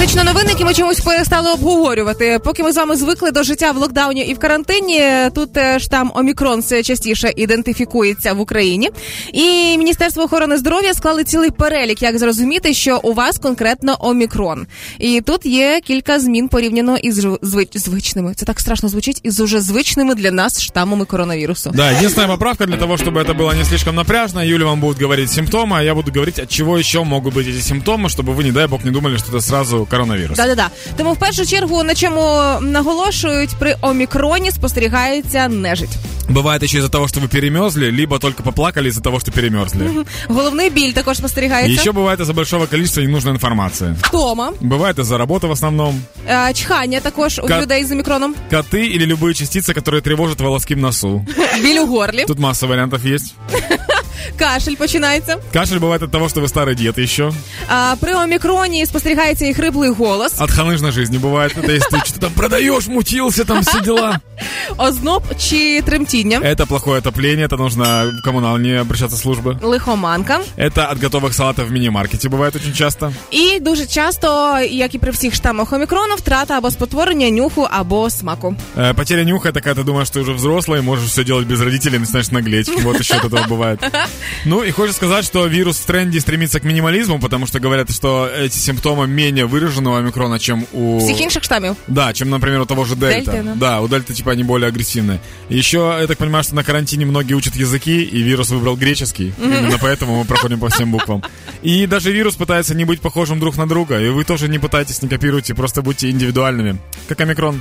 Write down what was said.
точно новини, які ми чомусь перестали обговорювати. Поки ми з вами звикли до життя в локдауні і в карантині, тут е, штам Омікрон все частіше ідентифікується в Україні. І Міністерство охорони здоров'я склали цілий перелік, як зрозуміти, що у вас конкретно Омікрон. І тут є кілька змін порівняно із жв- звич- звичними. Це так страшно звучить із уже звичними для нас штамами коронавірусу. Да, единственная поправка для того, чтобы это было не слишком напряжно. Юля вам будет говорить симптомы, а я буду говорить, от чего еще могут быть эти симптомы, чтобы вы, не дай бог, не думали, что это сразу коронавирус. Да, да, да. Тому в першу чергу на чому наголошують при омікроні спостерігається нежить. Бывает еще из-за того, что вы перемерзли, либо только поплакали из-за того, что перемерзли. Головний біль також спостерігається. Еще бывает из-за большого количества ненужной информации. Втома, Бывает из-за работы в основном. е, чхання також у Ка- людей з омікроном, Коты или любые частицы, которые тревожат волоски в носу. біль у горлі, Тут масса вариантов есть. кашель починається. Кашель бывает от того, что вы старый дед еще. А при омікроні спостерігається і хриплий голос, От ханышной жизни бывает. Это если ты что-то там продаешь, мутился, там все дела. озноб чи тремтіння, Это плохое отопление, это нужно в коммунале обращаться в службы. лихоманка. Это от готовых салатов в мини-маркете бывает очень часто. І дуже часто, як і при всіх штамах омікрону, втрата або спотворення нюху або смаку. Э, Потеря нюха это когда ты думаешь, что ты уже взрослый, можешь все делать без родителей, начинаешь наглеть. Вот еще от этого бывает. Ну и хочется сказать, что вирус в тренде стремится к минимализму, потому что говорят, что эти симптомы менее выражены у омикрона, чем у... Всіх інших штамів. Да, чем, например, у того же Дельта. Дельта, да. Да, у Дельта типа они более агрессивные. Еще, я так понимаю, что на карантине многие учат языки, и вирус выбрал греческий. Именно поэтому мы проходим по всем буквам. И даже вирус пытается не быть похожим друг на друга, и вы тоже не пытайтесь, не копируйте, просто будьте индивидуальными. Как омикрон.